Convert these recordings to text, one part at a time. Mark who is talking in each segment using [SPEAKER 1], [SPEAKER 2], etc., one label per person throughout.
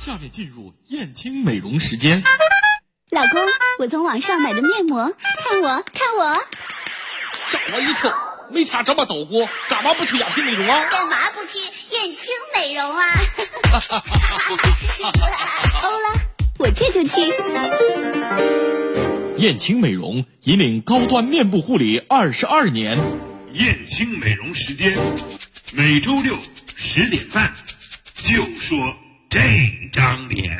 [SPEAKER 1] 下面进入燕青美容时间。
[SPEAKER 2] 老公，我从网上买的面膜，看我，看我，
[SPEAKER 3] 吓我一跳！没差这么走过，干嘛不去雅琪美容啊？
[SPEAKER 4] 干嘛不去燕青美容 啊？
[SPEAKER 2] 欧了，我这就去。
[SPEAKER 1] 燕青美容引领高端面部护理二十二年。
[SPEAKER 5] 燕青美容时间，每周六十点半，就说这张脸。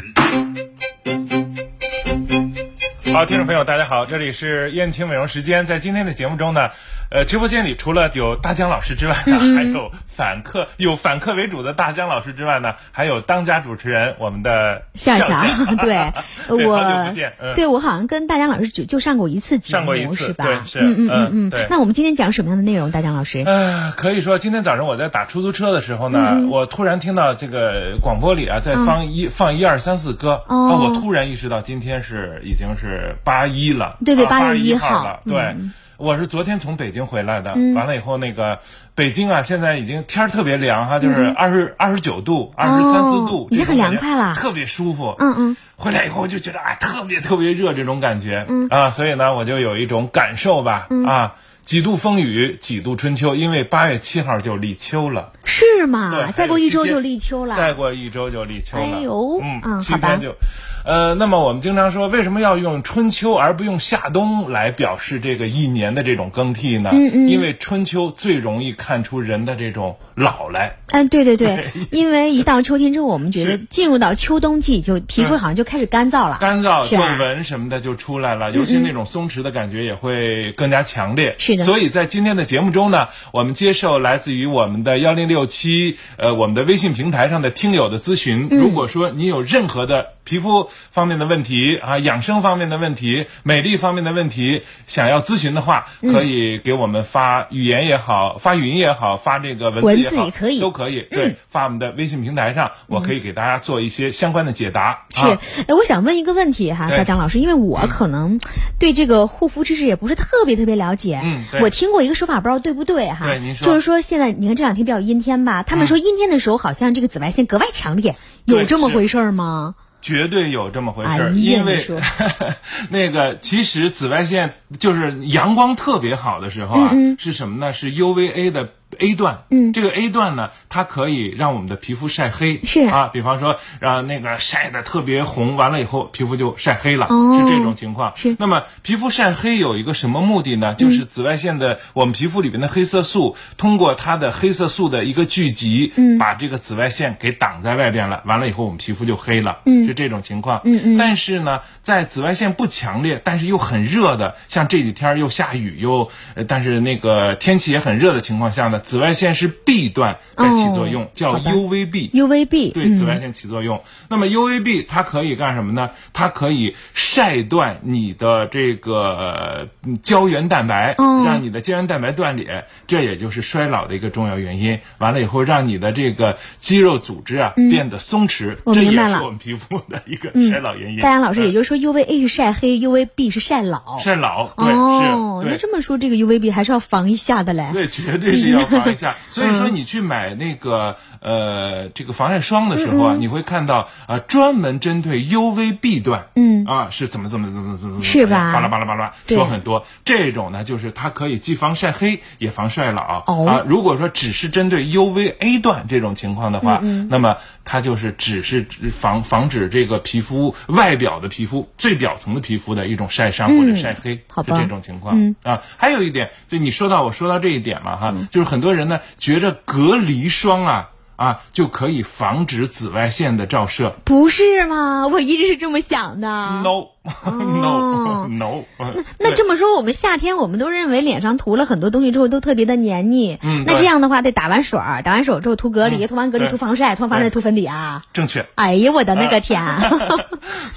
[SPEAKER 6] 好，听众朋友，大家好，这里是燕青美容时间。在今天的节目中呢，呃，直播间里除了有大江老师之外呢，还有反客，有反客为主的大江老师之外呢，还有当家主持人我们的
[SPEAKER 7] 笑笑， 对
[SPEAKER 6] 对
[SPEAKER 7] 我，
[SPEAKER 6] 好久不见嗯
[SPEAKER 7] 对我好像跟大江老师就就上过一次节目，
[SPEAKER 6] 上过一次，
[SPEAKER 7] 是吧？
[SPEAKER 6] 对，是，
[SPEAKER 7] 嗯嗯嗯嗯。
[SPEAKER 6] 对。
[SPEAKER 7] 那我们今天讲什么样的内容，大江老师？
[SPEAKER 6] 呃，可以说今天早上我在打出租车的时候呢，
[SPEAKER 7] 嗯
[SPEAKER 6] 我突然听到这个广播里啊在放一、放一二三四歌，啊、
[SPEAKER 7] 哦
[SPEAKER 6] 我突然意识到今天是已经是八一了，
[SPEAKER 7] 对对
[SPEAKER 6] 啊
[SPEAKER 7] 8月
[SPEAKER 6] 一
[SPEAKER 7] 1
[SPEAKER 6] 号
[SPEAKER 7] 号
[SPEAKER 6] 了，
[SPEAKER 7] 嗯
[SPEAKER 6] 对。我是昨天从北京回来的，完了以后那个北京啊，现在已经天儿特别凉哈，就是
[SPEAKER 7] 嗯
[SPEAKER 6] 二十二十九度、二十三四度，
[SPEAKER 7] 已经
[SPEAKER 6] 这种
[SPEAKER 7] 很凉
[SPEAKER 6] 感觉
[SPEAKER 7] 快了
[SPEAKER 6] 特别舒服。
[SPEAKER 7] 嗯嗯。
[SPEAKER 6] 回来以后我就觉得啊，特别特别热这种感觉，嗯啊，所以呢，我就有一种感受吧，
[SPEAKER 7] 嗯
[SPEAKER 6] 啊，几度风雨几度春秋，因为八月七号就立秋了，
[SPEAKER 7] 是
[SPEAKER 6] 对
[SPEAKER 7] 吗？啊再过一周就立秋了。
[SPEAKER 6] 再过一周就立秋了，
[SPEAKER 7] 哎呦
[SPEAKER 6] 嗯，
[SPEAKER 7] 嗯
[SPEAKER 6] 七
[SPEAKER 7] 好吧
[SPEAKER 6] 天就，呃，那么我们经常说，为什么要用春秋而不用夏冬来表示这个一年的这种更替呢？
[SPEAKER 7] 嗯嗯
[SPEAKER 6] 因为春秋最容易看出人的这种老来，
[SPEAKER 7] 嗯，对对对，因为一到秋天之后，我们觉得进入到秋冬季，就
[SPEAKER 6] 嗯
[SPEAKER 7] 皮肤好像就开始干燥了。
[SPEAKER 6] 干燥、
[SPEAKER 7] 是啊嗯吧
[SPEAKER 6] 皱纹什么的就出来了，尤其那种松弛的感觉也会更加强烈。
[SPEAKER 7] 是的
[SPEAKER 6] 所以在今天的节目中呢，我们接受来自于我们的幺零六七呃我们的微信平台上的听友的咨询。
[SPEAKER 7] 嗯
[SPEAKER 6] 如果说你有任何的皮肤方面的问题啊、养生方面的问题、美丽方面的问题，想要咨询的话，
[SPEAKER 7] 嗯
[SPEAKER 6] 可以给我们发语言也好，发语音也好，发这个文字也好，
[SPEAKER 7] 文字也可以嗯
[SPEAKER 6] 都可以。对，发我们的微信平台上，我可以给大家做一些相关的解答。
[SPEAKER 7] 是
[SPEAKER 6] 啊、，
[SPEAKER 7] 哎，我想问一个问题哈，
[SPEAKER 6] 对嗯
[SPEAKER 7] 大江老师，因为我可能对这个护肤知识也不是特别特别了解，
[SPEAKER 6] 嗯对
[SPEAKER 7] 我听过一个说法，不知道对不对哈，
[SPEAKER 6] 对您说嗯
[SPEAKER 7] 就是说现在你看这两天比较阴天吧，他们说阴天的时候好像这个紫外线格外强烈，有
[SPEAKER 6] 对
[SPEAKER 7] 这么
[SPEAKER 6] 是
[SPEAKER 7] 回事儿吗？
[SPEAKER 6] 绝对有这么回事
[SPEAKER 7] 哎呀
[SPEAKER 6] 儿，因
[SPEAKER 7] 你
[SPEAKER 6] 为
[SPEAKER 7] 说
[SPEAKER 6] 那个其实紫外线就是阳光特别好的时候啊，
[SPEAKER 7] 嗯
[SPEAKER 6] 是什么呢？是 UVA 的 A 段，
[SPEAKER 7] 嗯
[SPEAKER 6] 这个 A 段呢，它可以让我们的皮肤晒黑，
[SPEAKER 7] 是
[SPEAKER 6] 啊，比方说让那个晒的特别红，完了以后皮肤就晒黑了，
[SPEAKER 7] 哦
[SPEAKER 6] 是这种情况。
[SPEAKER 7] 是
[SPEAKER 6] 那么皮肤晒黑有一个什么目的呢？就是紫外线的我们皮肤里边的黑色素，通过它的黑色素的一个聚集，嗯，把这个紫外线给挡在外边了，完了以后我们皮肤就黑了，嗯，是这种情况。
[SPEAKER 7] 嗯嗯
[SPEAKER 6] 但是呢，在紫外线不强烈，但是又很热的，像这几天儿又下雨又，呃但是那个天气也很热的情况下呢，紫外线是 B 段在起作用，
[SPEAKER 7] 哦
[SPEAKER 6] 叫
[SPEAKER 7] 好的
[SPEAKER 6] UVB。
[SPEAKER 7] UVB，
[SPEAKER 6] 对紫外线起作用。那么 UVB 它可以干什么呢？它可以晒断你的这个嗯胶原蛋白，
[SPEAKER 7] 哦
[SPEAKER 6] 让你的胶原蛋白断裂，这也就是衰老的一个重要原因。完了以后，让你的这个肌肉组织啊、变得松弛，
[SPEAKER 7] 嗯我
[SPEAKER 6] 这也
[SPEAKER 7] 明白了
[SPEAKER 6] 是我们皮肤的一个
[SPEAKER 7] 嗯
[SPEAKER 6] 衰老原因。
[SPEAKER 7] 大江老师，
[SPEAKER 6] 嗯
[SPEAKER 7] 也就是说 UVA 是晒黑，UVB 是晒老。
[SPEAKER 6] 晒老，对，
[SPEAKER 7] 哦，
[SPEAKER 6] 是，
[SPEAKER 7] 那
[SPEAKER 6] 对。
[SPEAKER 7] 这么说，这个 UVB 还是要防一下的嘞。
[SPEAKER 6] 对，绝对是要防一 下。所以说，你去买那个
[SPEAKER 7] 嗯
[SPEAKER 6] 呃这个防晒霜的时候啊，你会看到啊，专门针对 UVB 段，
[SPEAKER 7] 嗯
[SPEAKER 6] 啊是怎么怎么怎么怎么怎么哎
[SPEAKER 7] 是吧
[SPEAKER 6] 巴拉巴拉巴拉
[SPEAKER 7] 对
[SPEAKER 6] 说很多。这种呢，就是它可以既防晒黑也防衰老
[SPEAKER 7] 哦
[SPEAKER 6] 啊。如果说只是针对 UVA 段这种情况的话，
[SPEAKER 7] 嗯
[SPEAKER 6] 那么它就是只是防防止这个皮肤外表的皮肤最表层的皮肤的一种晒伤或者
[SPEAKER 7] 嗯
[SPEAKER 6] 晒黑，
[SPEAKER 7] 好
[SPEAKER 6] 是
[SPEAKER 7] 吧嗯
[SPEAKER 6] 这种情况。啊，还有一点，就你说到我说到这一点了哈，就是很多人呢觉着隔离霜啊啊就可以防止紫外线的照射。
[SPEAKER 7] 不是吗？我一直是这么想的。
[SPEAKER 6] No no no，
[SPEAKER 7] 嗯哦那 这么说，我们夏天我们都认为脸上涂了很多东西之后都特别的黏腻。
[SPEAKER 6] 嗯
[SPEAKER 7] 那
[SPEAKER 6] 对嗯
[SPEAKER 7] 这样的话得打完水儿，打完水儿之后涂隔离，涂完隔离
[SPEAKER 6] 对
[SPEAKER 7] 涂防晒，涂完防晒
[SPEAKER 6] 对
[SPEAKER 7] 涂粉底啊。
[SPEAKER 6] 正确。
[SPEAKER 7] 哎呀，我的那个天！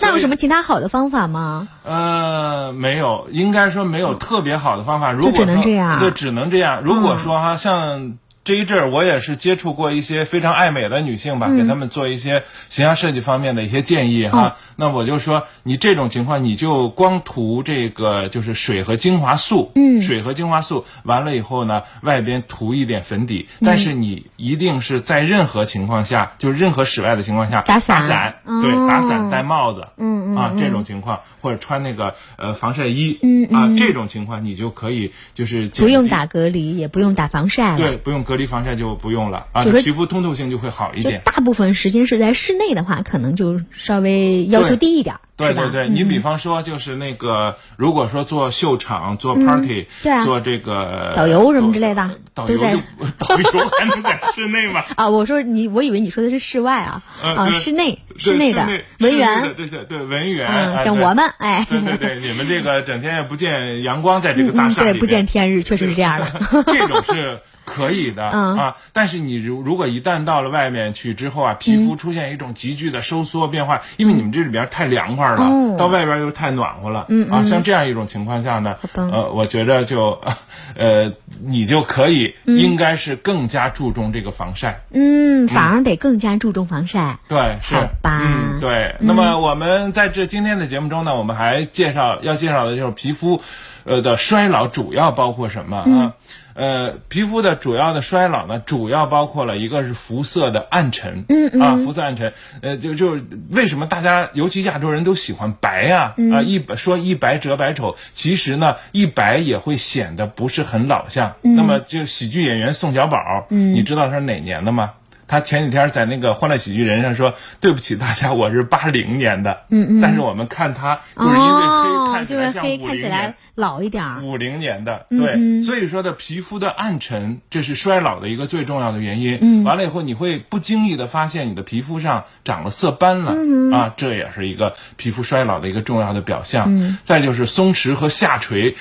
[SPEAKER 7] 那有什么其他好的方法吗？
[SPEAKER 6] 呃，没有，应该说没有特别好的方法。如果
[SPEAKER 7] 嗯就只能
[SPEAKER 6] 说
[SPEAKER 7] 这样嗯
[SPEAKER 6] 对，只能这样。如果说哈、像这一阵儿我也是接触过一些非常爱美的女性吧，
[SPEAKER 7] 嗯
[SPEAKER 6] 给她们做一些形象设计方面的一些建议
[SPEAKER 7] 哦
[SPEAKER 6] 哈。那我就说，你这种情况，你就光涂这个就是水和精华素，
[SPEAKER 7] 嗯
[SPEAKER 6] 水和精华素完了以后呢，外边涂一点粉底，
[SPEAKER 7] 嗯
[SPEAKER 6] 但是你一定是在任何情况下，就是任何室外的情况下
[SPEAKER 7] 打伞
[SPEAKER 6] 对，打伞
[SPEAKER 7] 哦
[SPEAKER 6] 戴帽子，
[SPEAKER 7] 嗯嗯
[SPEAKER 6] 啊这种情况，或者穿那个呃防晒衣，
[SPEAKER 7] 嗯
[SPEAKER 6] 啊
[SPEAKER 7] 嗯
[SPEAKER 6] 这种情况你就可以就是
[SPEAKER 7] 不
[SPEAKER 6] 减
[SPEAKER 7] 用
[SPEAKER 6] 低
[SPEAKER 7] 打隔离，也不用打防晒了。
[SPEAKER 6] 对，不用隔离防晒就不用了啊，
[SPEAKER 7] 就是
[SPEAKER 6] 皮肤通透性就会好一
[SPEAKER 7] 就
[SPEAKER 6] 点。
[SPEAKER 7] 大部分时间是在室内的话，可能就稍微要求低一点儿，
[SPEAKER 6] 对
[SPEAKER 7] 是吧？嗯
[SPEAKER 6] 对对，你比方说就是那个，如果说做秀场、做 party、
[SPEAKER 7] 对啊
[SPEAKER 6] 做这个
[SPEAKER 7] 导游什么之类的
[SPEAKER 6] 导
[SPEAKER 7] 都
[SPEAKER 6] 游
[SPEAKER 7] 在
[SPEAKER 6] 就 导游还能在室内 吗？
[SPEAKER 7] 啊，我说你，我以为你说的是室外啊，
[SPEAKER 6] 呃
[SPEAKER 7] 啊，
[SPEAKER 6] 对
[SPEAKER 7] 室内
[SPEAKER 6] 对
[SPEAKER 7] 室内的文
[SPEAKER 6] 室内的
[SPEAKER 7] 员，
[SPEAKER 6] 这些对文员，
[SPEAKER 7] 嗯
[SPEAKER 6] 哎
[SPEAKER 7] 像
[SPEAKER 6] 对
[SPEAKER 7] 我们哎
[SPEAKER 6] 对对对，你们这个整天也不见阳光，在这个大
[SPEAKER 7] 嗯，
[SPEAKER 6] 厦里
[SPEAKER 7] 对，
[SPEAKER 6] 面
[SPEAKER 7] 不见天日，确实是这样的。
[SPEAKER 6] 这种是可以的、
[SPEAKER 7] 嗯
[SPEAKER 6] 啊，但是你如如果一旦到了外面去之后啊，皮肤出现一种急剧的收缩变化，因为你们这里边太凉快了，
[SPEAKER 7] 哦
[SPEAKER 6] 到外边又太暖和了，
[SPEAKER 7] 嗯
[SPEAKER 6] 啊，像这样一种情况下呢，
[SPEAKER 7] 吧
[SPEAKER 6] 呃，我觉得就， 呃，你就可以、应该是更加注重这个防晒，
[SPEAKER 7] 嗯，反而得更加注重防晒。
[SPEAKER 6] 对，是
[SPEAKER 7] 好吧
[SPEAKER 6] 嗯，对。那么我们在这今天的节目中呢，我们还介绍要介绍的就是皮肤，呃的衰老主要包括什么啊？
[SPEAKER 7] 嗯
[SPEAKER 6] 呃，皮肤的主要的衰老呢，主要包括了一个是肤色的暗沉，
[SPEAKER 7] 嗯嗯
[SPEAKER 6] 啊，肤色暗沉，呃，就就为什么大家尤其亚洲人都喜欢白呀、
[SPEAKER 7] 嗯
[SPEAKER 6] 啊？啊，一说一白遮百丑，其实呢，一白也会显得不是很老相。
[SPEAKER 7] 嗯
[SPEAKER 6] 那么就喜剧演员宋小宝，你知道他是哪年的吗？他前几天在那个《欢乐喜剧人》上说：“对不起大家，我是八零年的。”嗯嗯。但是我们看他，就是因为黑
[SPEAKER 7] 哦
[SPEAKER 6] 看，起
[SPEAKER 7] 就
[SPEAKER 6] 来
[SPEAKER 7] 是
[SPEAKER 6] 像
[SPEAKER 7] 黑
[SPEAKER 6] 五嗯
[SPEAKER 7] 看起
[SPEAKER 6] 零
[SPEAKER 7] 来
[SPEAKER 6] 年。
[SPEAKER 7] 老一点儿。
[SPEAKER 6] 五零年的，对，所以说的皮肤的暗沉，这是衰老的一个最重要的原因。嗯，完了以后你会不经意的发现你的皮肤上长了色斑了，啊，这也是一个皮肤衰老的一个重要的表象。嗯，再就是松弛和下垂。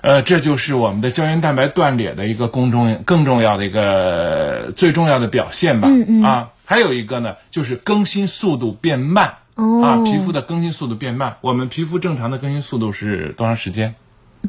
[SPEAKER 6] 呃，这就是我们的胶原蛋白断裂的一个更重更重要的一个最重要的表现吧。嗯嗯啊，还有一个呢，就是更新速度变慢。
[SPEAKER 7] 哦
[SPEAKER 6] 啊，皮肤的更新速度变慢。我们皮肤正常的更新速度是多长时间？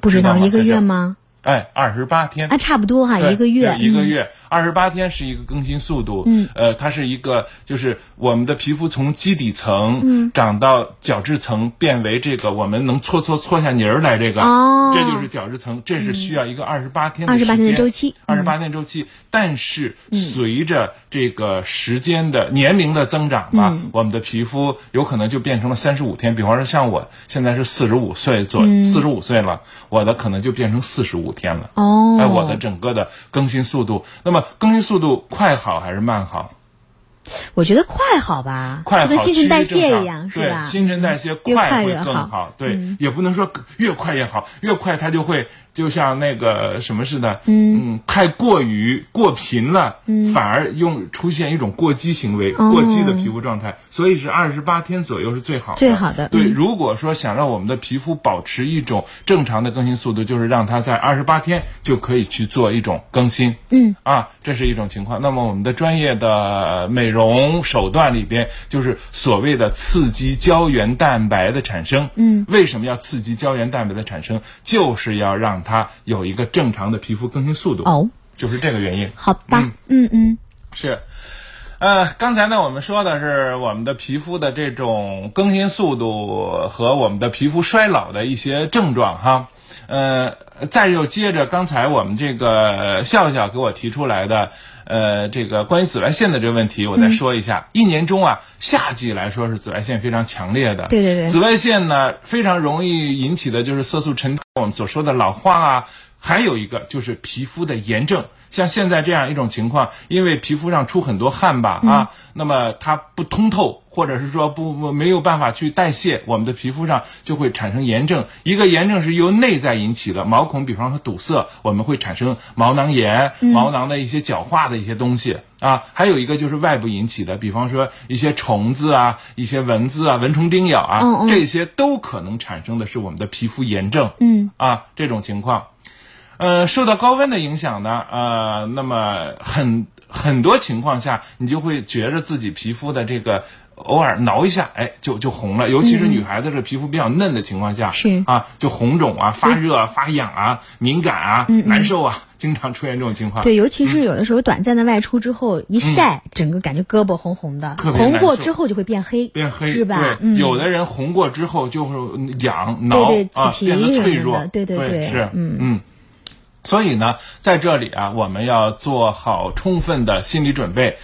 [SPEAKER 7] 不知
[SPEAKER 6] 知道
[SPEAKER 7] 道
[SPEAKER 6] 吗
[SPEAKER 7] 一个
[SPEAKER 6] 这
[SPEAKER 7] 月
[SPEAKER 6] 叫
[SPEAKER 7] 吗？
[SPEAKER 6] 哎，二十八天
[SPEAKER 7] 啊，。差不多哈，
[SPEAKER 6] 对
[SPEAKER 7] 一个月，
[SPEAKER 6] 对一个
[SPEAKER 7] 嗯
[SPEAKER 6] 月，二十八天是一个更新速度。嗯，呃，它是一个，就是我们的皮肤从基底层
[SPEAKER 7] 嗯
[SPEAKER 6] 长到角质层，变为这个我们能搓搓搓下泥儿来这个，
[SPEAKER 7] 哦
[SPEAKER 6] 这就是角质层，这是需要一个二十八天
[SPEAKER 7] 28
[SPEAKER 6] 时间
[SPEAKER 7] 天的周期嗯
[SPEAKER 6] 二十八天周期。但是随着这个时间的年龄的增长吧，
[SPEAKER 7] 嗯
[SPEAKER 6] 我们的皮肤有可能就变成了三十五天。比方说像我现在是四十五岁左
[SPEAKER 7] 嗯
[SPEAKER 6] 四十五岁了，我的可能就变成四十五天了。
[SPEAKER 7] 哦，
[SPEAKER 6] 哎，我的整个的更新速度。那么更新速度快好还是慢好？
[SPEAKER 7] 我觉得快好吧，
[SPEAKER 6] 快好，
[SPEAKER 7] 就跟新
[SPEAKER 6] 趋于
[SPEAKER 7] 陈代
[SPEAKER 6] 正
[SPEAKER 7] 谢
[SPEAKER 6] 常
[SPEAKER 7] 一样，是
[SPEAKER 6] 对
[SPEAKER 7] 吧？
[SPEAKER 6] 新陈代谢
[SPEAKER 7] 越快
[SPEAKER 6] 快会
[SPEAKER 7] 越
[SPEAKER 6] 更
[SPEAKER 7] 好嗯
[SPEAKER 6] 好，对，也不能说越快越好，越快它就会就像那个什么似的，嗯太过于过频了，反而用出现一种过激行为，
[SPEAKER 7] 嗯哦
[SPEAKER 6] 过激的皮肤状态，所以是二十八天左右是最好的，
[SPEAKER 7] 最好的
[SPEAKER 6] 对，
[SPEAKER 7] 嗯
[SPEAKER 6] 如果说想让我们的皮肤保持一种正常的更新速度，就是让它在二十八天就可以去做一种更新。
[SPEAKER 7] 嗯，
[SPEAKER 6] 啊，这是一种情况。那么我们的专业的美容手段里边，就是所谓的刺激胶原蛋白的产生。嗯，为什么要刺激胶原蛋白的产生？就是要让它有一个正常的皮肤更新速度。
[SPEAKER 7] 哦，
[SPEAKER 6] 就是这个原因。
[SPEAKER 7] 好吧，嗯嗯，
[SPEAKER 6] 是，呃，刚才呢，我们说的是我们的皮肤的这种更新速度和我们的皮肤衰老的一些症状哈。呃，再又接着刚才我们这个呃笑笑给我提出来的，呃，这个关于紫外线的这个问题，我
[SPEAKER 7] 嗯
[SPEAKER 6] 再说一下。一年中啊，夏季来说是紫外线非常强烈的，
[SPEAKER 7] 对对对
[SPEAKER 6] 紫外线呢非常容易引起的就是色素沉淀，我们所说的老化啊，还有一个就是皮肤的炎症。像现在这样一种情况，因为皮肤上出很多汗吧啊，那么它不通透，或者是说不不没有办法去代谢，我们的皮肤上就会产生炎症。一个炎症是由内在引起的，毛孔比方说堵塞，我们会产生毛囊炎、
[SPEAKER 7] 嗯
[SPEAKER 6] 毛囊的一些角化的一些东西。啊，还有一个就是外部引起的，比方说一些虫子啊、一些蚊子啊、蚊虫叮咬啊，
[SPEAKER 7] 嗯嗯
[SPEAKER 6] 这些都可能产生的是我们的皮肤炎症。
[SPEAKER 7] 嗯，
[SPEAKER 6] 啊，这种情况，呃，受到高温的影响呢，呃，那么很很多情况下，你就会觉着自己皮肤的这个偶尔挠一下，哎，就就红了。尤其是女孩子这皮肤比较嫩的情况下，
[SPEAKER 7] 嗯是
[SPEAKER 6] 啊，就红肿啊、发热啊、发痒啊、敏感啊、难受啊，经常出现这种情况。
[SPEAKER 7] 嗯对，尤其是有的时候短暂的外出之后一晒，整个感觉胳膊红红的，
[SPEAKER 6] 嗯特别难
[SPEAKER 7] 红过
[SPEAKER 6] 受
[SPEAKER 7] 之后就会变黑，
[SPEAKER 6] 变黑
[SPEAKER 7] 是吧
[SPEAKER 6] 对？
[SPEAKER 7] 嗯，
[SPEAKER 6] 有的人红过之后就会痒、
[SPEAKER 7] 对
[SPEAKER 6] 挠
[SPEAKER 7] 对
[SPEAKER 6] 啊，
[SPEAKER 7] 起皮
[SPEAKER 6] 变得脆
[SPEAKER 7] 什么
[SPEAKER 6] 弱
[SPEAKER 7] 的。对对对
[SPEAKER 6] 是
[SPEAKER 7] 嗯
[SPEAKER 6] 嗯。所以呢，在这里啊，我们要做好充分的心理准备。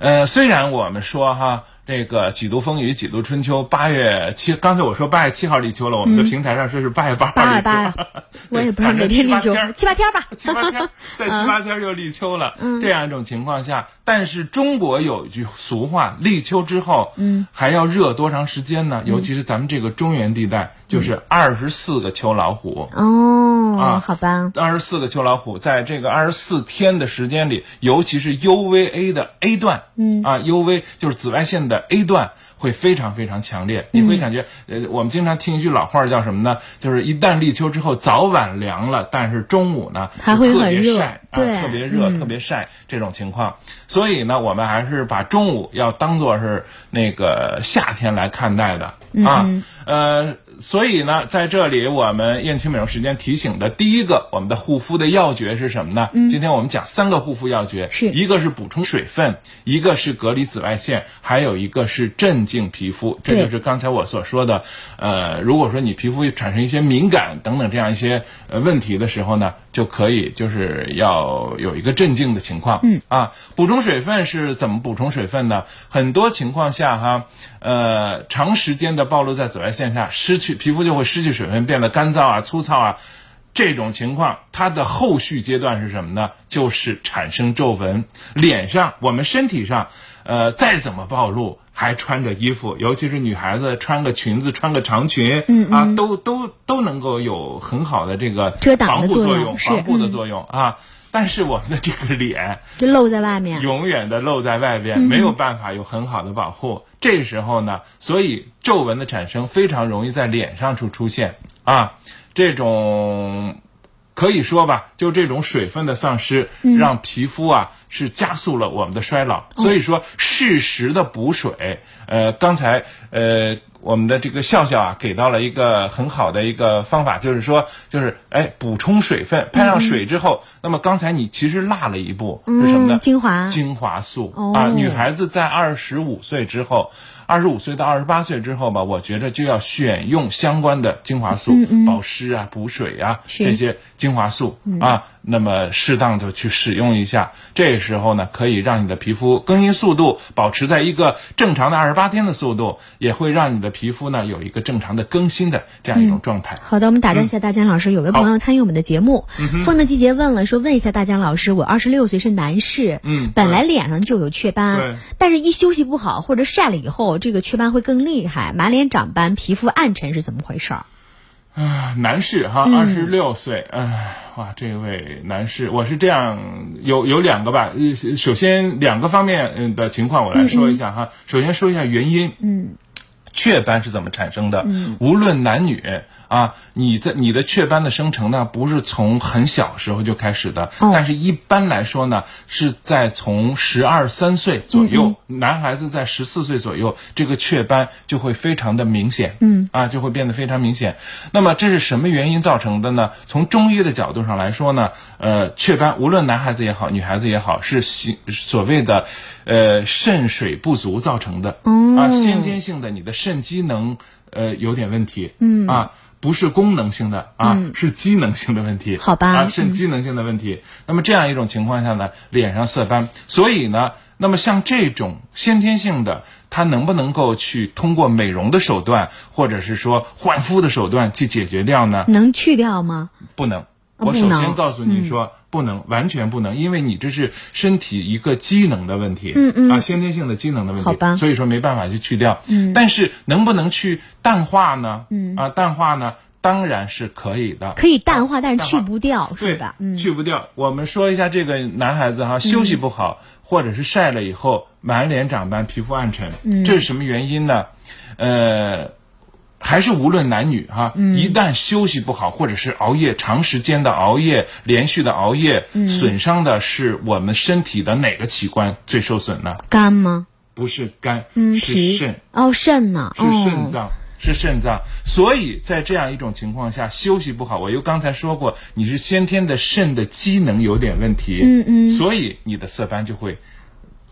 [SPEAKER 6] 呃，虽然我们说哈，这个几度风雨几度春秋，八月七，刚才我说八月七号立秋了，我们的平台上说是八月八号
[SPEAKER 7] 嗯八
[SPEAKER 6] 立
[SPEAKER 7] 二
[SPEAKER 6] 秋
[SPEAKER 7] 八，我也不 知道
[SPEAKER 6] 反
[SPEAKER 7] 哪
[SPEAKER 6] 正
[SPEAKER 7] 天立秋
[SPEAKER 6] 七八天，
[SPEAKER 7] 七八天吧。
[SPEAKER 6] 七八天，在七八天就立秋了。这样一种情况下，但是中国有一句俗话，立秋之后，嗯，还要热多长时间呢？尤其是咱们这个中原地带，就是二十四个秋老虎。啊
[SPEAKER 7] 哦，好吧，
[SPEAKER 6] 二十四个秋老虎，在这个二十四天的时间里，尤其是 UVA 的 A 段，嗯啊，UV 就是紫外线的 A 段会非常非常强烈，
[SPEAKER 7] 嗯
[SPEAKER 6] 你会感觉，呃，我们经常听一句老话儿叫什么呢？就是一旦立秋之后，早晚凉了，但是中午呢
[SPEAKER 7] 还会
[SPEAKER 6] 就特
[SPEAKER 7] 很
[SPEAKER 6] 别
[SPEAKER 7] 热
[SPEAKER 6] 晒，
[SPEAKER 7] 对嗯
[SPEAKER 6] 啊，特别热，特别晒这种情况。所以呢，我们还是把中午要当做是那个夏天来看待的
[SPEAKER 7] 嗯
[SPEAKER 6] 啊。呃，所以呢，在这里我们燕青美容时间提醒的第一个，我们的护肤的要诀是什么呢？今天我们讲三个护肤要诀，
[SPEAKER 7] 嗯是
[SPEAKER 6] 一个是补充水分，一个是隔离紫外线，还有一个是镇静皮肤。这
[SPEAKER 7] 对
[SPEAKER 6] 就是刚才我所说的，呃，如果说你皮肤产生一些敏感等等这样一些呃问题的时候呢，就可以就是要有一个镇静的情况。嗯啊，补充水分是怎么补充水分呢？很多情况下哈，呃，长时间的暴露在紫外线下，失去皮肤就会失去水分，变得干燥啊、粗糙啊。这种情况，它的后续阶段是什么呢？就是产生皱纹。脸上，我们身体上，呃，再怎么暴露，还穿着衣服，尤其是女孩子穿个裙子、穿个长裙，嗯啊，都都都能够有很好的这个
[SPEAKER 7] 遮挡
[SPEAKER 6] 防
[SPEAKER 7] 的
[SPEAKER 6] 护
[SPEAKER 7] 作
[SPEAKER 6] 作
[SPEAKER 7] 用
[SPEAKER 6] 用、
[SPEAKER 7] 是嗯
[SPEAKER 6] 防护的作用、啊。但是我们的这个脸，
[SPEAKER 7] 就露在外面。
[SPEAKER 6] 永远的露在外
[SPEAKER 7] 嗯
[SPEAKER 6] 边，没有办法有很好的保护。这时候呢，所以皱纹的产生非常容易在脸上处出现啊，这种。可以说吧，就这种水分的丧失，
[SPEAKER 7] 嗯
[SPEAKER 6] 让皮肤啊是加速了我们的衰
[SPEAKER 7] 哦
[SPEAKER 6] 老。所以说，适时的补水，呃，刚才呃我们的这个笑笑啊给到了一个很好的一个方法，就是说，就是哎补充水
[SPEAKER 7] 嗯
[SPEAKER 6] 分，拍上水之后，那么刚才你其实落了一步是什么呢？
[SPEAKER 7] 嗯精华
[SPEAKER 6] 精华素、
[SPEAKER 7] 哦
[SPEAKER 6] 啊，女孩子在二十五岁之后，二十五岁到二十八岁之后吧，我觉着就要选用相关的精华素，保湿啊、补水啊
[SPEAKER 7] 嗯是
[SPEAKER 6] 这些精华素、啊，那么适当的去使用一下。这时候呢，可以让你的皮肤更新速度保持在一个正常的二十八天的速度，也会让你的皮肤呢有一个正常的更新的这样一种状态。
[SPEAKER 7] 好的，我们
[SPEAKER 6] 嗯
[SPEAKER 7] 打断一下大江老师。有位朋友参与我们的节目，风的季节问了说：“问一下大江老师，我二十六岁是男士，
[SPEAKER 6] 嗯
[SPEAKER 7] 本来脸上就有雀
[SPEAKER 6] 对
[SPEAKER 7] 斑，但是一休息不好或者晒了以后，这个雀斑会更厉害，满脸长斑，皮肤暗沉是怎么回事儿？
[SPEAKER 6] 啊男士哈，二十六岁，哎，哇，这位男士，我是这样，有有两个吧，呃首先两个方面嗯的情况我来说一下哈，首先说一下原因，嗯，雀斑是怎么产生的？无论男女啊，你在你的雀斑的生成呢，不是从很小时候就开始的，
[SPEAKER 7] 哦
[SPEAKER 6] 但是一般来说呢，是在从十二三岁左右，男孩子在十四岁左右，这个雀斑就会非常的明显，嗯，啊，就会变得非常明显。那么这是什么原因造成的呢？从中医的角度上来说呢，呃，雀斑无论男孩子也好，女孩子也好，是心所谓的呃肾水不足造成的，
[SPEAKER 7] 嗯
[SPEAKER 6] 啊，先天性的你的肾机能呃有点问题，嗯啊。不是功能性的啊，是机能性的问题。
[SPEAKER 7] 嗯好吧
[SPEAKER 6] 啊，肾机能性的问题。那么这样一种情况下呢，脸上色斑，所以呢，那么像这种先天性的，它能不能够去通过美容的手段，或者是说焕肤的手段去解决掉呢？
[SPEAKER 7] 能去掉吗？
[SPEAKER 6] 不能。
[SPEAKER 7] 不
[SPEAKER 6] 我首
[SPEAKER 7] 能
[SPEAKER 6] 先告诉你说，不能，完全不能，因为你这是身体一个机能的问题，嗯嗯，啊，先天性的机能的问题，
[SPEAKER 7] 好吧
[SPEAKER 6] 所以说没办法去去掉，嗯，但是能不能去淡化呢？嗯，啊，淡化呢，当然是可以的，
[SPEAKER 7] 可以淡化，但是
[SPEAKER 6] 淡
[SPEAKER 7] 去
[SPEAKER 6] 化
[SPEAKER 7] 不掉，
[SPEAKER 6] 对
[SPEAKER 7] 是吧？嗯，
[SPEAKER 6] 去不掉。我们说一下这个男孩子哈，休息不好，或者是晒了以后满脸长斑、皮肤暗沉，
[SPEAKER 7] 嗯
[SPEAKER 6] 这是什么原因呢？呃。还是无论男女哈，
[SPEAKER 7] 嗯
[SPEAKER 6] 一旦休息不好，或者是熬夜长时间的熬夜、连续的熬
[SPEAKER 7] 嗯
[SPEAKER 6] 夜，损伤的是我们身体的哪个器官最受损呢？
[SPEAKER 7] 干吗？
[SPEAKER 6] 不是肝，
[SPEAKER 7] 嗯，
[SPEAKER 6] 是
[SPEAKER 7] 脾
[SPEAKER 6] 肾，
[SPEAKER 7] 哦，肾呢？
[SPEAKER 6] 是肾
[SPEAKER 7] 哦
[SPEAKER 6] 脏。是肾脏，所以在这样一种情况下，休息不好，我又刚才说过，你是先天的肾的机能有点问题，
[SPEAKER 7] 嗯嗯
[SPEAKER 6] 所以你的色斑就会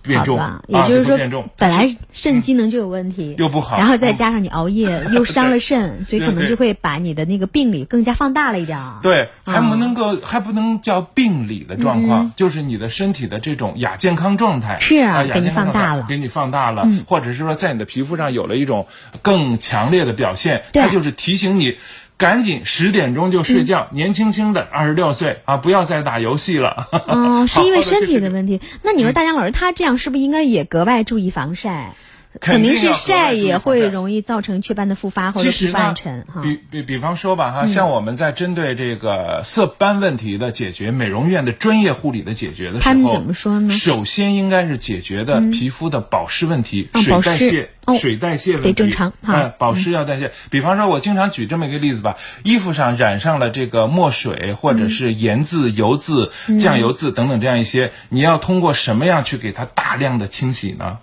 [SPEAKER 6] 变重，
[SPEAKER 7] 好吧
[SPEAKER 6] 啊，，
[SPEAKER 7] 也就是
[SPEAKER 6] 会
[SPEAKER 7] 说
[SPEAKER 6] 变重，，嗯
[SPEAKER 7] 本来肾机能就有问题，
[SPEAKER 6] 又不好
[SPEAKER 7] 然后再加上你熬夜，又 伤了肾，所以可能
[SPEAKER 6] 对
[SPEAKER 7] 就会把你的那个病理更加放大了一点儿。
[SPEAKER 6] 对，还
[SPEAKER 7] 嗯
[SPEAKER 6] 不能够、还不能叫病理的状况，就是你的身体的这种亚健康状态
[SPEAKER 7] 是
[SPEAKER 6] 啊，
[SPEAKER 7] 啊给你
[SPEAKER 6] 亚健康
[SPEAKER 7] 放
[SPEAKER 6] 状态
[SPEAKER 7] 大了嗯
[SPEAKER 6] 给你放大了，或者是说在你的皮肤上有了一种更强烈的表现，
[SPEAKER 7] 对
[SPEAKER 6] 它就是提醒你。赶紧十点钟就睡觉，
[SPEAKER 7] 嗯
[SPEAKER 6] 年轻轻的二十六岁啊，不要再打游戏了。
[SPEAKER 7] 哦，是因为
[SPEAKER 6] 好好地
[SPEAKER 7] 身体
[SPEAKER 6] 去
[SPEAKER 7] 的问题。那
[SPEAKER 6] 嗯
[SPEAKER 7] 你说大江老师他这样是不是应该也格外注意防晒？肯
[SPEAKER 6] 肯定
[SPEAKER 7] 定
[SPEAKER 6] 要
[SPEAKER 7] 是
[SPEAKER 6] 格外
[SPEAKER 7] 晒
[SPEAKER 6] 注意
[SPEAKER 7] 也
[SPEAKER 6] 防
[SPEAKER 7] 会
[SPEAKER 6] 晒
[SPEAKER 7] 容易造成雀斑的复发或者
[SPEAKER 6] 其
[SPEAKER 7] 皮
[SPEAKER 6] 实
[SPEAKER 7] 肤暗
[SPEAKER 6] 呢
[SPEAKER 7] 沉哈，。嗯
[SPEAKER 6] 比比比方说吧，哈，像我们在针对这个色斑问题的解决，美容院的专业护理的解决的时候，
[SPEAKER 7] 他们怎么说呢
[SPEAKER 6] 首先应该是解决的皮肤的保湿问题，
[SPEAKER 7] 啊嗯保
[SPEAKER 6] 水
[SPEAKER 7] 湿
[SPEAKER 6] 代谢、
[SPEAKER 7] 哦
[SPEAKER 6] 水代谢问题
[SPEAKER 7] 得正常哈嗯
[SPEAKER 6] 哎保湿要代谢。比方说，我经常举这么一个例子吧，衣服上染上了这个墨水或者是盐渍、油渍、
[SPEAKER 7] 嗯
[SPEAKER 6] 酱油渍等等这样一些，你要通过什么样去给它大量的清洗呢？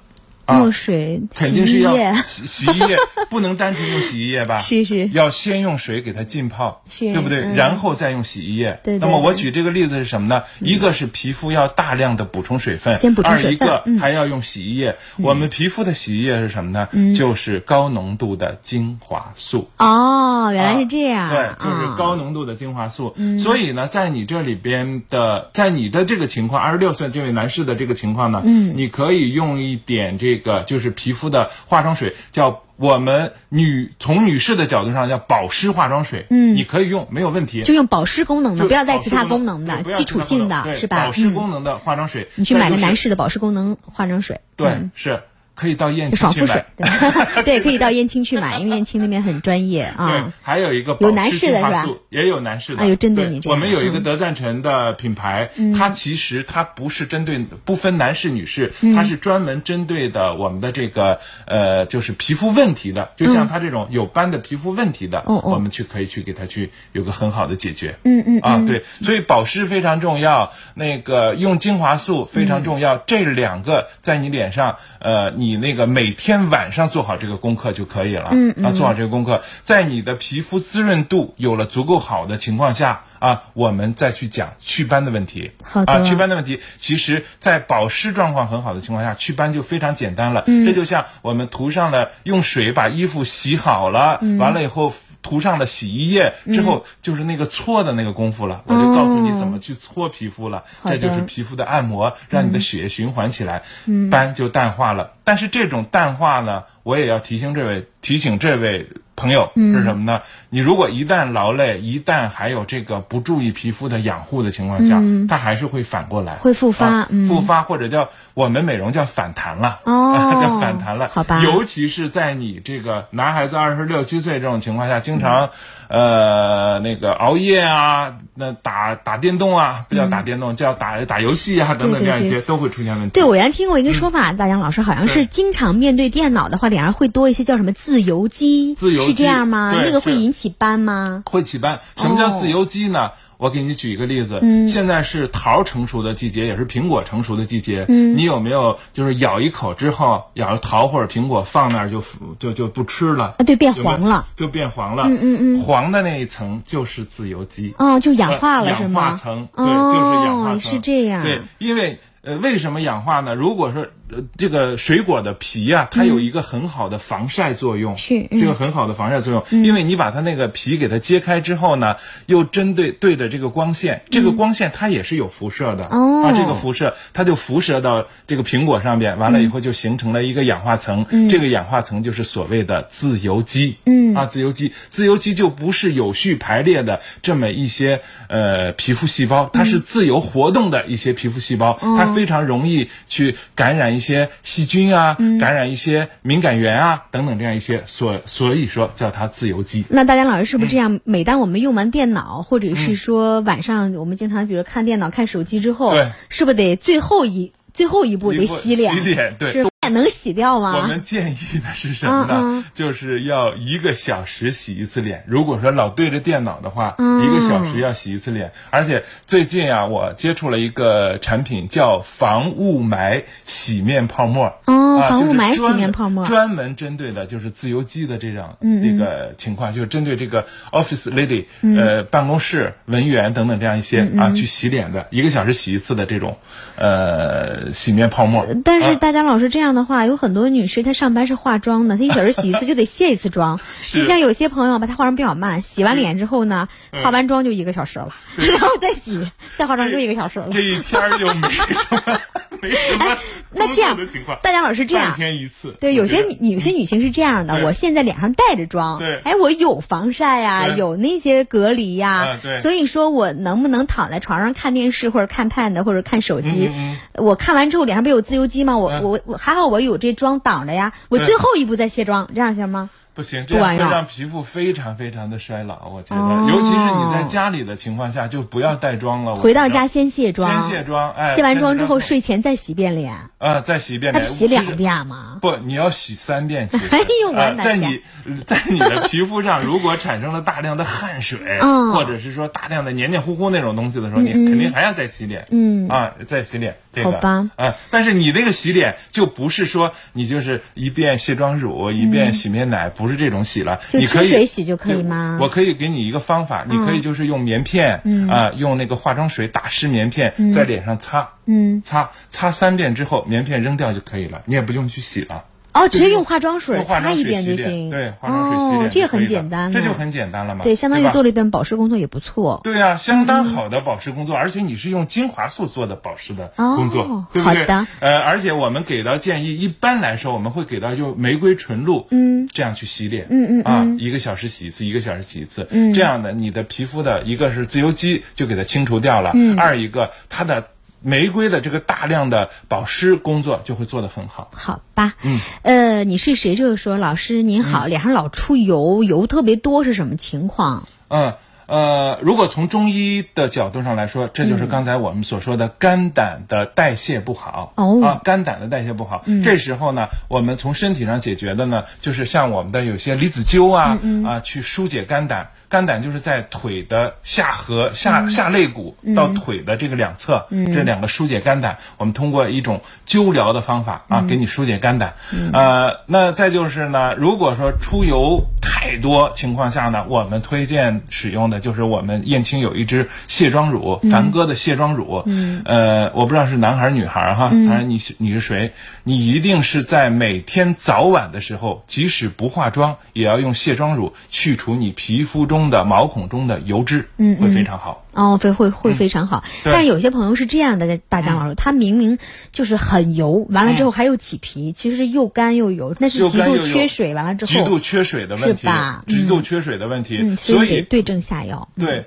[SPEAKER 6] 啊
[SPEAKER 7] 墨水、
[SPEAKER 6] 肯
[SPEAKER 7] 洗
[SPEAKER 6] 定是
[SPEAKER 7] 衣
[SPEAKER 6] 要啊
[SPEAKER 7] 液
[SPEAKER 6] 洗洗衣液，不能单纯用洗衣 液吧？
[SPEAKER 7] 是是
[SPEAKER 6] 要先用水给它浸泡，
[SPEAKER 7] 是
[SPEAKER 6] 对不对？
[SPEAKER 7] 嗯
[SPEAKER 6] 然后再用洗衣液。
[SPEAKER 7] 对对
[SPEAKER 6] 那么我
[SPEAKER 7] 对嗯
[SPEAKER 6] 举这个例子是什么呢？一个是皮肤要大量的补充水分，
[SPEAKER 7] 先补充水分
[SPEAKER 6] 二一
[SPEAKER 7] 嗯
[SPEAKER 6] 个还要用洗衣液。我们皮肤的洗衣液是什么呢？
[SPEAKER 7] 嗯
[SPEAKER 6] 就是高浓度的精华素。
[SPEAKER 7] 哦，原来是这
[SPEAKER 6] 啊
[SPEAKER 7] 样。
[SPEAKER 6] 对，就是
[SPEAKER 7] 啊嗯
[SPEAKER 6] 高浓度的精华素。所以呢，在你这里边的，在你的这个情况，二十六岁这位男士的这个情况呢，
[SPEAKER 7] 嗯
[SPEAKER 6] 你可以用一点这个就是皮肤的化妆水，叫我们女从女士的角度上叫保湿化妆水，
[SPEAKER 7] 嗯
[SPEAKER 6] 你可以用，没有问题。
[SPEAKER 7] 就用保湿功能的，
[SPEAKER 6] 就
[SPEAKER 7] 不要带其他
[SPEAKER 6] 保湿
[SPEAKER 7] 功能的
[SPEAKER 6] 对，不要
[SPEAKER 7] 基
[SPEAKER 6] 其
[SPEAKER 7] 础
[SPEAKER 6] 他功
[SPEAKER 7] 性
[SPEAKER 6] 能
[SPEAKER 7] 的
[SPEAKER 6] 对
[SPEAKER 7] 是吧？
[SPEAKER 6] 保湿
[SPEAKER 7] 嗯
[SPEAKER 6] 功能的化妆水，
[SPEAKER 7] 你去买
[SPEAKER 6] 再
[SPEAKER 7] 个
[SPEAKER 6] 就是
[SPEAKER 7] 男士的保湿功能化妆水，嗯
[SPEAKER 6] 对，是可以到燕青
[SPEAKER 7] 就 爽
[SPEAKER 6] 去
[SPEAKER 7] 肤水
[SPEAKER 6] 买。，
[SPEAKER 7] 对吧？对，可 以到燕青去买，因为燕青那边很专业
[SPEAKER 6] 对
[SPEAKER 7] 啊。，
[SPEAKER 6] 还有一个
[SPEAKER 7] 有
[SPEAKER 6] 保湿
[SPEAKER 7] 男士的
[SPEAKER 6] 精华
[SPEAKER 7] 是吧
[SPEAKER 6] 素也有男士的。
[SPEAKER 7] 哎呦针对
[SPEAKER 6] 对
[SPEAKER 7] 你这嗯
[SPEAKER 6] 我
[SPEAKER 7] 样
[SPEAKER 6] 们
[SPEAKER 7] 的
[SPEAKER 6] 有一个
[SPEAKER 7] 嗯
[SPEAKER 6] 德赞臣的品牌，它其实它不是针对不分男士女士，
[SPEAKER 7] 嗯
[SPEAKER 6] 它是专门针对的我们的这个呃，就是皮肤问题的，就像他这种有斑的皮肤问题的，
[SPEAKER 7] 嗯哦哦
[SPEAKER 6] 我们去可以去给他去有个很好的解决。
[SPEAKER 7] 嗯嗯
[SPEAKER 6] 啊，对，所以保湿非常重要，那个用精华素非
[SPEAKER 7] 嗯
[SPEAKER 6] 常重要，这两个在你脸上，呃，你那个每天晚上做好这个功课就可以了，嗯啊，做好这个功课，在你的皮肤滋润度有了足够好的情况下啊，我们再去讲祛斑的问题。
[SPEAKER 7] 好的
[SPEAKER 6] 啊，祛斑的问题，其实在保湿状况很好的情况下，祛斑就非常简单了。这就像我们涂上了用水把衣服洗好了，完了以后涂上了洗衣液之后，就是那个搓的那个功夫了。我就告诉你怎么去搓皮肤了，
[SPEAKER 7] 嗯好的嗯
[SPEAKER 6] 这就是皮肤的按摩，让你的血液循环起来，斑就淡化了。但是这种淡化呢，我也要提醒这位提醒这位朋友
[SPEAKER 7] 嗯
[SPEAKER 6] 是什么呢？你如果一旦劳累，一旦还有这个不注意皮肤的养护的情况下，它还是会反过来
[SPEAKER 7] 嗯会复发
[SPEAKER 6] 啊
[SPEAKER 7] 嗯
[SPEAKER 6] 复发或者叫我们美容叫反弹了，
[SPEAKER 7] 哦
[SPEAKER 6] 叫反弹了，
[SPEAKER 7] 好吧
[SPEAKER 6] 尤其是在你这个男孩子二十六七岁这种情况下，经常、
[SPEAKER 7] 嗯
[SPEAKER 6] 呃那个熬夜啊，那打打电动啊，不叫打电动，叫打打游戏啊等等
[SPEAKER 7] 嗯对对
[SPEAKER 6] 这样一
[SPEAKER 7] 对
[SPEAKER 6] 些都会出现问题。
[SPEAKER 7] 对，我原来听过一个说法，大江老师好像是
[SPEAKER 6] 嗯对
[SPEAKER 7] 经常面对电脑的话，脸上会多一些叫什么自由基，
[SPEAKER 6] 自由
[SPEAKER 7] 是这
[SPEAKER 6] 基
[SPEAKER 7] 样吗？
[SPEAKER 6] 对
[SPEAKER 7] 那个会
[SPEAKER 6] 是
[SPEAKER 7] 引起斑吗？
[SPEAKER 6] 会起斑。什么叫
[SPEAKER 7] 哦
[SPEAKER 6] 自由基呢？我给你举一个例子，
[SPEAKER 7] 嗯
[SPEAKER 6] 现在是桃成熟的季节，也是苹果成熟的季节。
[SPEAKER 7] 嗯
[SPEAKER 6] 你有没有就是咬一口之后，咬了桃或者苹果放那儿就就就不吃了？
[SPEAKER 7] 啊，对，变
[SPEAKER 6] 有没有
[SPEAKER 7] 黄了，，
[SPEAKER 6] 就变黄了。
[SPEAKER 7] 嗯嗯嗯
[SPEAKER 6] 黄的那一层就是自由基。
[SPEAKER 7] 哦，就氧化了
[SPEAKER 6] 呃
[SPEAKER 7] 是
[SPEAKER 6] 氧化
[SPEAKER 7] 吗？
[SPEAKER 6] 层，对，就是氧化
[SPEAKER 7] 哦
[SPEAKER 6] 层，，
[SPEAKER 7] 是这样。
[SPEAKER 6] 对，因为呃，为什么氧化呢？如果说、呃、这个水果的皮啊，它有一个很好的防晒作用，
[SPEAKER 7] 嗯是嗯
[SPEAKER 6] 这个很好的防晒作用，因为你把它那个皮给它揭开之后呢，又针对对着这个光线，这个光线它也是有辐射的，
[SPEAKER 7] 嗯哦
[SPEAKER 6] 啊，这个辐射它就辐射到这个苹果上面，完了以后就形成了一个氧化层，这个氧化层就是所谓的自由基，
[SPEAKER 7] 嗯
[SPEAKER 6] 啊，自由基，自由基就不是有序排列的这么一些呃皮肤细胞，它是
[SPEAKER 7] 嗯
[SPEAKER 6] 自由活动的一些皮肤细胞，
[SPEAKER 7] 哦
[SPEAKER 6] 它非常容易去感染一些细菌啊，
[SPEAKER 7] 嗯
[SPEAKER 6] 感染一些敏感源啊等等这样一些，所所以说叫它自由基。
[SPEAKER 7] 那大家老师是不是这样？每当我们用完电脑，或者
[SPEAKER 6] 嗯
[SPEAKER 7] 是说晚上我们经常比如看电脑、看手机之后
[SPEAKER 6] 对，
[SPEAKER 7] 是不是得最后一最后一步
[SPEAKER 6] 一
[SPEAKER 7] 得
[SPEAKER 6] 步
[SPEAKER 7] 洗脸？
[SPEAKER 6] 洗脸对
[SPEAKER 7] 是能洗掉吗？
[SPEAKER 6] 我们建议的是什么呢？
[SPEAKER 7] 啊嗯嗯
[SPEAKER 6] 就是要一个小时洗一次脸。如果说老对着电脑的话，
[SPEAKER 7] 嗯
[SPEAKER 6] 一个小时要洗一次脸。而且最近啊，我接触了一个产品叫防雾霾洗面泡沫。
[SPEAKER 7] 哦
[SPEAKER 6] 啊
[SPEAKER 7] 防雾
[SPEAKER 6] 就是
[SPEAKER 7] 霾
[SPEAKER 6] 专
[SPEAKER 7] 洗面泡沫
[SPEAKER 6] 专门针对的就是自由基的这种
[SPEAKER 7] 嗯
[SPEAKER 6] 这
[SPEAKER 7] 嗯
[SPEAKER 6] 个情况，就是针对这个 office lady，呃，办公室文员等等这样一些啊
[SPEAKER 7] 嗯
[SPEAKER 6] 去洗脸的，一个小时洗一次的这种，呃，洗面泡沫。
[SPEAKER 7] 但是
[SPEAKER 6] 啊
[SPEAKER 7] 大家老师这样的话，有很多女士她上班是化妆的，她一小时洗一次就得卸一次妆。
[SPEAKER 6] 是
[SPEAKER 7] 你像有些朋友吧，她化妆比较慢，洗完脸之后呢，
[SPEAKER 6] 嗯
[SPEAKER 7] 化完妆就一个小时了， 然后再洗，再化妆又一个小时了
[SPEAKER 6] 这。一天儿就没什 么没什么
[SPEAKER 7] 哎那这样
[SPEAKER 6] 工作的情况，，
[SPEAKER 7] 大家老师这
[SPEAKER 6] 半
[SPEAKER 7] 样。
[SPEAKER 6] 天一次。
[SPEAKER 7] 对，有些
[SPEAKER 6] 我觉得
[SPEAKER 7] 女有些女性是这样的，
[SPEAKER 6] 对
[SPEAKER 7] 我现在脸上带着妆，
[SPEAKER 6] 对
[SPEAKER 7] 哎，我有防晒呀、
[SPEAKER 6] 对
[SPEAKER 7] 有那些隔离呀、
[SPEAKER 6] 啊对
[SPEAKER 7] 所以说我能不能躺在床上看电视或者看 pad 或者看手机？呃我看完之后脸上不是有自由基吗？我、
[SPEAKER 6] 嗯
[SPEAKER 7] 我我还好我有这妆挡着呀，我
[SPEAKER 6] 对
[SPEAKER 7] 最后一步再卸妆，这样行吗？
[SPEAKER 6] 不行，这
[SPEAKER 7] 不
[SPEAKER 6] 样
[SPEAKER 7] 管
[SPEAKER 6] 会
[SPEAKER 7] 用
[SPEAKER 6] 让皮肤非常非常的衰老。我觉
[SPEAKER 7] 哦
[SPEAKER 6] 得，尤其是你在家里的情况下，就不要带妆了。我
[SPEAKER 7] 回
[SPEAKER 6] 觉
[SPEAKER 7] 到
[SPEAKER 6] 得
[SPEAKER 7] 家先卸妆，
[SPEAKER 6] 先卸妆，哎，
[SPEAKER 7] 卸完妆之后
[SPEAKER 6] 先卸
[SPEAKER 7] 睡前再洗遍脸，
[SPEAKER 6] 妆啊，再洗一遍
[SPEAKER 7] 那
[SPEAKER 6] 脸，
[SPEAKER 7] 不洗
[SPEAKER 6] 其
[SPEAKER 7] 两
[SPEAKER 6] 实
[SPEAKER 7] 遍吗？
[SPEAKER 6] 不，你要洗三遍其实。
[SPEAKER 7] 哎呦我的
[SPEAKER 6] 呃
[SPEAKER 7] 天
[SPEAKER 6] 在你在你的皮肤上，如果产生了大量的汗水，
[SPEAKER 7] 嗯
[SPEAKER 6] 或者是说大量的黏黏糊糊那种东西的时候，你肯定还要再洗脸。
[SPEAKER 7] 嗯
[SPEAKER 6] 啊，再洗脸。这个
[SPEAKER 7] 好吧。
[SPEAKER 6] 啊，但是你那个洗脸就不是说你就是一遍卸妆乳，一遍洗面奶，不是这种洗了。
[SPEAKER 7] 嗯就
[SPEAKER 6] 你可以
[SPEAKER 7] 清水洗就可以吗
[SPEAKER 6] 哎
[SPEAKER 7] 嗯
[SPEAKER 6] 我可以给你一个方法，你可以就是用棉片啊，用那个化妆水打湿棉片，在脸上擦。
[SPEAKER 7] 嗯，
[SPEAKER 6] 擦擦三遍之后，棉片扔掉就可以了，你也不用去洗了。
[SPEAKER 7] 哦，直接用化妆水
[SPEAKER 6] 用化
[SPEAKER 7] 擦
[SPEAKER 6] 妆
[SPEAKER 7] 一
[SPEAKER 6] 水
[SPEAKER 7] 遍
[SPEAKER 6] 洗
[SPEAKER 7] 就
[SPEAKER 6] 脸
[SPEAKER 7] 行。
[SPEAKER 6] 对，化妆水洗脸、
[SPEAKER 7] 哦，这也很简单呢，
[SPEAKER 6] 这就很简单了嘛。
[SPEAKER 7] 对，相当于
[SPEAKER 6] 啊吧
[SPEAKER 7] 做了一遍保湿工作也不错。
[SPEAKER 6] 对啊，相当好的保湿工作，而且你是用精华素做的保湿的工作，
[SPEAKER 7] 哦
[SPEAKER 6] 对不对？
[SPEAKER 7] 好的
[SPEAKER 6] 呃，而且我们给到建议，一般来说我们会给到用玫瑰纯露，嗯，这样去洗脸，
[SPEAKER 7] 嗯嗯
[SPEAKER 6] 啊，一个小时洗一次，一个小时洗一次，嗯，这样呢，你的皮肤的一个是自由基就给它清除掉了，嗯，二一个它的。玫瑰的这个大量的保湿工作就会做得很好。
[SPEAKER 7] 好吧，嗯，呃，你是谁？就是说，老师您
[SPEAKER 6] 嗯
[SPEAKER 7] 好，脸上老出油，油特别多是什么情况？
[SPEAKER 6] 嗯，呃，如果从中医的角度上来说，这就是刚才我们所说的肝胆的代谢不好。
[SPEAKER 7] 哦
[SPEAKER 6] 啊，肝胆的代谢不好。这时候呢，我们从身体上解决的呢，就是像我们的有些离子灸啊，啊，去疏解肝胆。肝胆就是在腿的下颌、下、下肋骨到腿的这个两侧，这两个疏解肝胆，我们通过一种灸疗的方法啊，给你疏解肝胆。呃，那再就是呢，如果说出油太多情况下呢，我们推荐使用的就是我们燕青有一支卸妆乳，梵歌的卸妆乳。呃，我不知道是男孩儿女孩儿哈，反正你是你是谁，你一定是在每天早晚的时候，即使不化妆，也要用卸妆乳去除你皮肤中的毛孔中的油脂，嗯，会非常好。
[SPEAKER 7] 哦，非会会非常好，
[SPEAKER 6] 嗯对嗯
[SPEAKER 7] 但是有些朋友是这样的，大家老师，他明明就是很油，完了之后还有起皮，其实是又干又油，那是
[SPEAKER 6] 又
[SPEAKER 7] 极
[SPEAKER 6] 干
[SPEAKER 7] 度
[SPEAKER 6] 又油
[SPEAKER 7] 缺水，完了之后
[SPEAKER 6] 极度缺水的问
[SPEAKER 7] 是
[SPEAKER 6] 题
[SPEAKER 7] 吧，
[SPEAKER 6] 极度缺水的问题
[SPEAKER 7] 嗯，，
[SPEAKER 6] 所
[SPEAKER 7] 所以得
[SPEAKER 6] 以
[SPEAKER 7] 对症下药。
[SPEAKER 6] 对，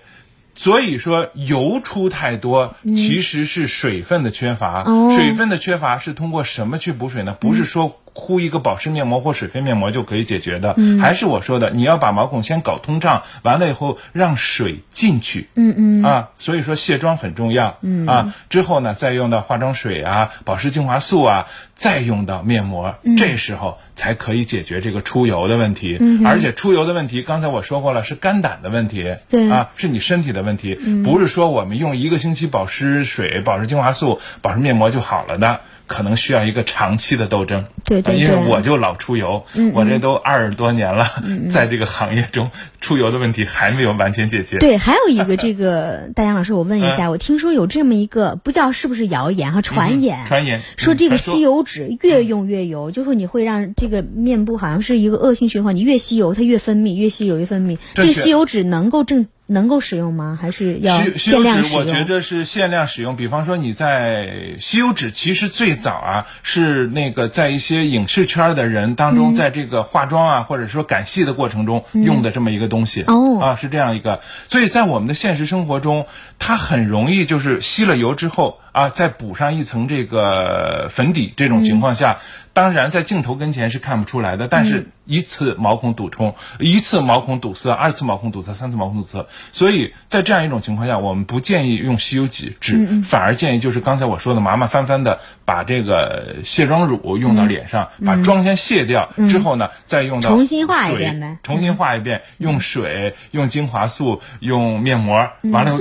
[SPEAKER 6] 所以说油出太多，其实是水分的缺乏。
[SPEAKER 7] 哦
[SPEAKER 6] 水分的缺乏是通过什么去补水呢？不是说敷一个保湿面膜或水飞面膜就可以解决的。还是我说的，你要把毛孔先搞通胀，完了以后让水进去。嗯嗯。啊，所以说卸妆很重要。嗯啊，之后呢，再用到化妆水啊、保湿精华素啊，再用到面膜，
[SPEAKER 7] 嗯
[SPEAKER 6] 这时候才可以解决这个出油的问题。
[SPEAKER 7] 嗯
[SPEAKER 6] 而且出油的问题，刚才我说过了，是肝胆的问题。
[SPEAKER 7] 对嗯
[SPEAKER 6] 啊，是你身体的问题，不是说我们用一个星期保湿水、保湿精华素、保湿面膜就好了的，可能需要一个长期的斗争。
[SPEAKER 7] 对对
[SPEAKER 6] 啊因为
[SPEAKER 7] 对嗯
[SPEAKER 6] 我就老出油，我这都二十多年了，在这个行业中出油的问题还没有完全解决。
[SPEAKER 7] 对，还有一个这个，大杨老师，我问一
[SPEAKER 6] 嗯
[SPEAKER 7] 下，我听说有这么一个，不知道是不是谣言哈，传言，
[SPEAKER 6] 传言
[SPEAKER 7] 说
[SPEAKER 6] 嗯
[SPEAKER 7] 这个
[SPEAKER 6] 传说嗯
[SPEAKER 7] 吸油纸越用越油，就说你会让这个面部好像是一个恶性循环，你越吸油它越分泌，越吸油越分泌。
[SPEAKER 6] 这
[SPEAKER 7] 这个
[SPEAKER 6] 是
[SPEAKER 7] 吸油纸能够正能够使用吗？还是要
[SPEAKER 6] 吸吸
[SPEAKER 7] 限
[SPEAKER 6] 油
[SPEAKER 7] 量
[SPEAKER 6] 纸，
[SPEAKER 7] 使
[SPEAKER 6] 我觉
[SPEAKER 7] 用？
[SPEAKER 6] 得是限量使用。比方说你在吸油纸，其实最早啊是那个在一些影视圈的人当
[SPEAKER 7] 嗯
[SPEAKER 6] 中，在这个化妆啊、或者说赶戏的过程中用的这么一个东西。
[SPEAKER 7] 哦
[SPEAKER 6] 啊是这样一个，所以在我们的现实生活中，它很容易就是吸了油之后。啊，再补上一层这个粉底，这种情况下，
[SPEAKER 7] 嗯
[SPEAKER 6] 当然在镜头跟前是看不出来的，但是一次毛孔堵冲，一次毛孔堵塞，二次毛孔堵塞，三次毛孔堵塞，所以在这样一种情况下，我们不建议用吸油纸，
[SPEAKER 7] 嗯
[SPEAKER 6] 反而建议就是刚才我说的麻麻烦烦的把这个卸妆乳用到脸上，把妆先卸掉、之后呢，再用到
[SPEAKER 7] 嗯重新画一
[SPEAKER 6] 水
[SPEAKER 7] 遍呗
[SPEAKER 6] 重新画一遍，用水、用精华素、用面膜，
[SPEAKER 7] 嗯
[SPEAKER 6] 完了。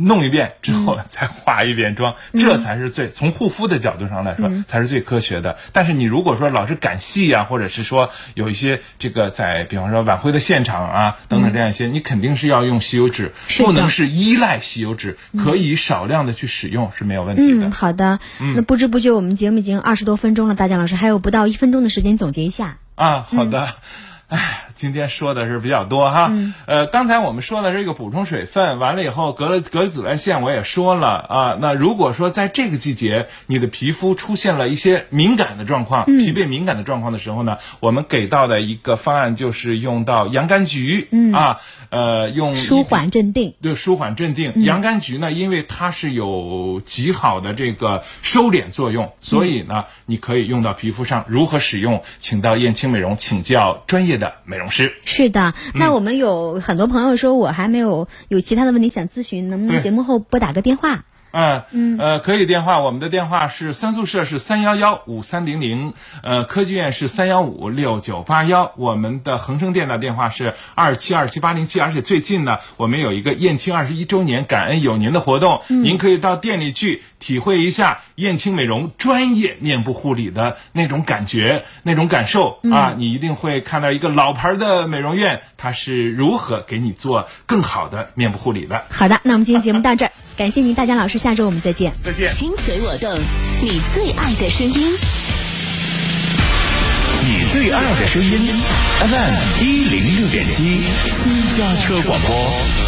[SPEAKER 6] 弄一遍之后再化一遍妆，
[SPEAKER 7] 嗯
[SPEAKER 6] 这才是最从护肤的角度上来说才是最科学的。但是你如果说老是赶戏呀、或者是说有一些这个在比方说晚会的现场啊等等这样一些，你肯定是要用吸油纸，
[SPEAKER 7] 嗯是
[SPEAKER 6] 不
[SPEAKER 7] 的
[SPEAKER 6] 能是依赖吸油纸，可以少量的去使用是没有问题的
[SPEAKER 7] 嗯，。好的。那不知不觉我们节目已经二十多分钟了，大江老师还有不到一分钟的时间总结一下。
[SPEAKER 6] 啊，好
[SPEAKER 7] 嗯
[SPEAKER 6] 的。哎，今天说的是比较多哈，呃，刚才我们说的是这个补充水分，完了以后隔了隔紫外线我也说了啊，那如果说在这个季节你的皮肤出现了一些敏感的状况，
[SPEAKER 7] 嗯
[SPEAKER 6] 疲惫敏感的状况的时候呢，我们给到的一个方案就是用到洋甘菊，嗯啊，呃，用
[SPEAKER 7] 舒
[SPEAKER 6] 一
[SPEAKER 7] 缓镇定，
[SPEAKER 6] 对，舒缓镇定。洋甘菊呢，因为它是有极好的这个收敛作用，所以呢，你可以用到皮肤上。如何使用，请到燕青美容请教专业的美容师。
[SPEAKER 7] 是的，
[SPEAKER 6] 嗯
[SPEAKER 7] 那我们有很多朋友说，我还没有有其他的问题想咨询，能不能
[SPEAKER 6] 对
[SPEAKER 7] 节目后拨打个电话？
[SPEAKER 6] 嗯嗯呃，可以电话，我们的电话是三宿舍是三幺幺五三零零，呃，科技院是三幺五六九八幺，我们的恒生店的电话是二七二七八零七，而且最近呢，我们有一个燕青二十一周年感恩有您的活动，您可以到店里去体会一下燕青美容专业面部护理的那种感觉、那种感受、啊，你一定会看到一个老牌的美容院，它是如何给你做更好的面部护理的。
[SPEAKER 7] 好的，那我们今天节目到这儿，感谢您，大江老师，下周我们再见。
[SPEAKER 6] 再见。
[SPEAKER 8] 心随我动，你最爱的声音。
[SPEAKER 9] 你最爱的声音，FM 一零六点七，私家车广播。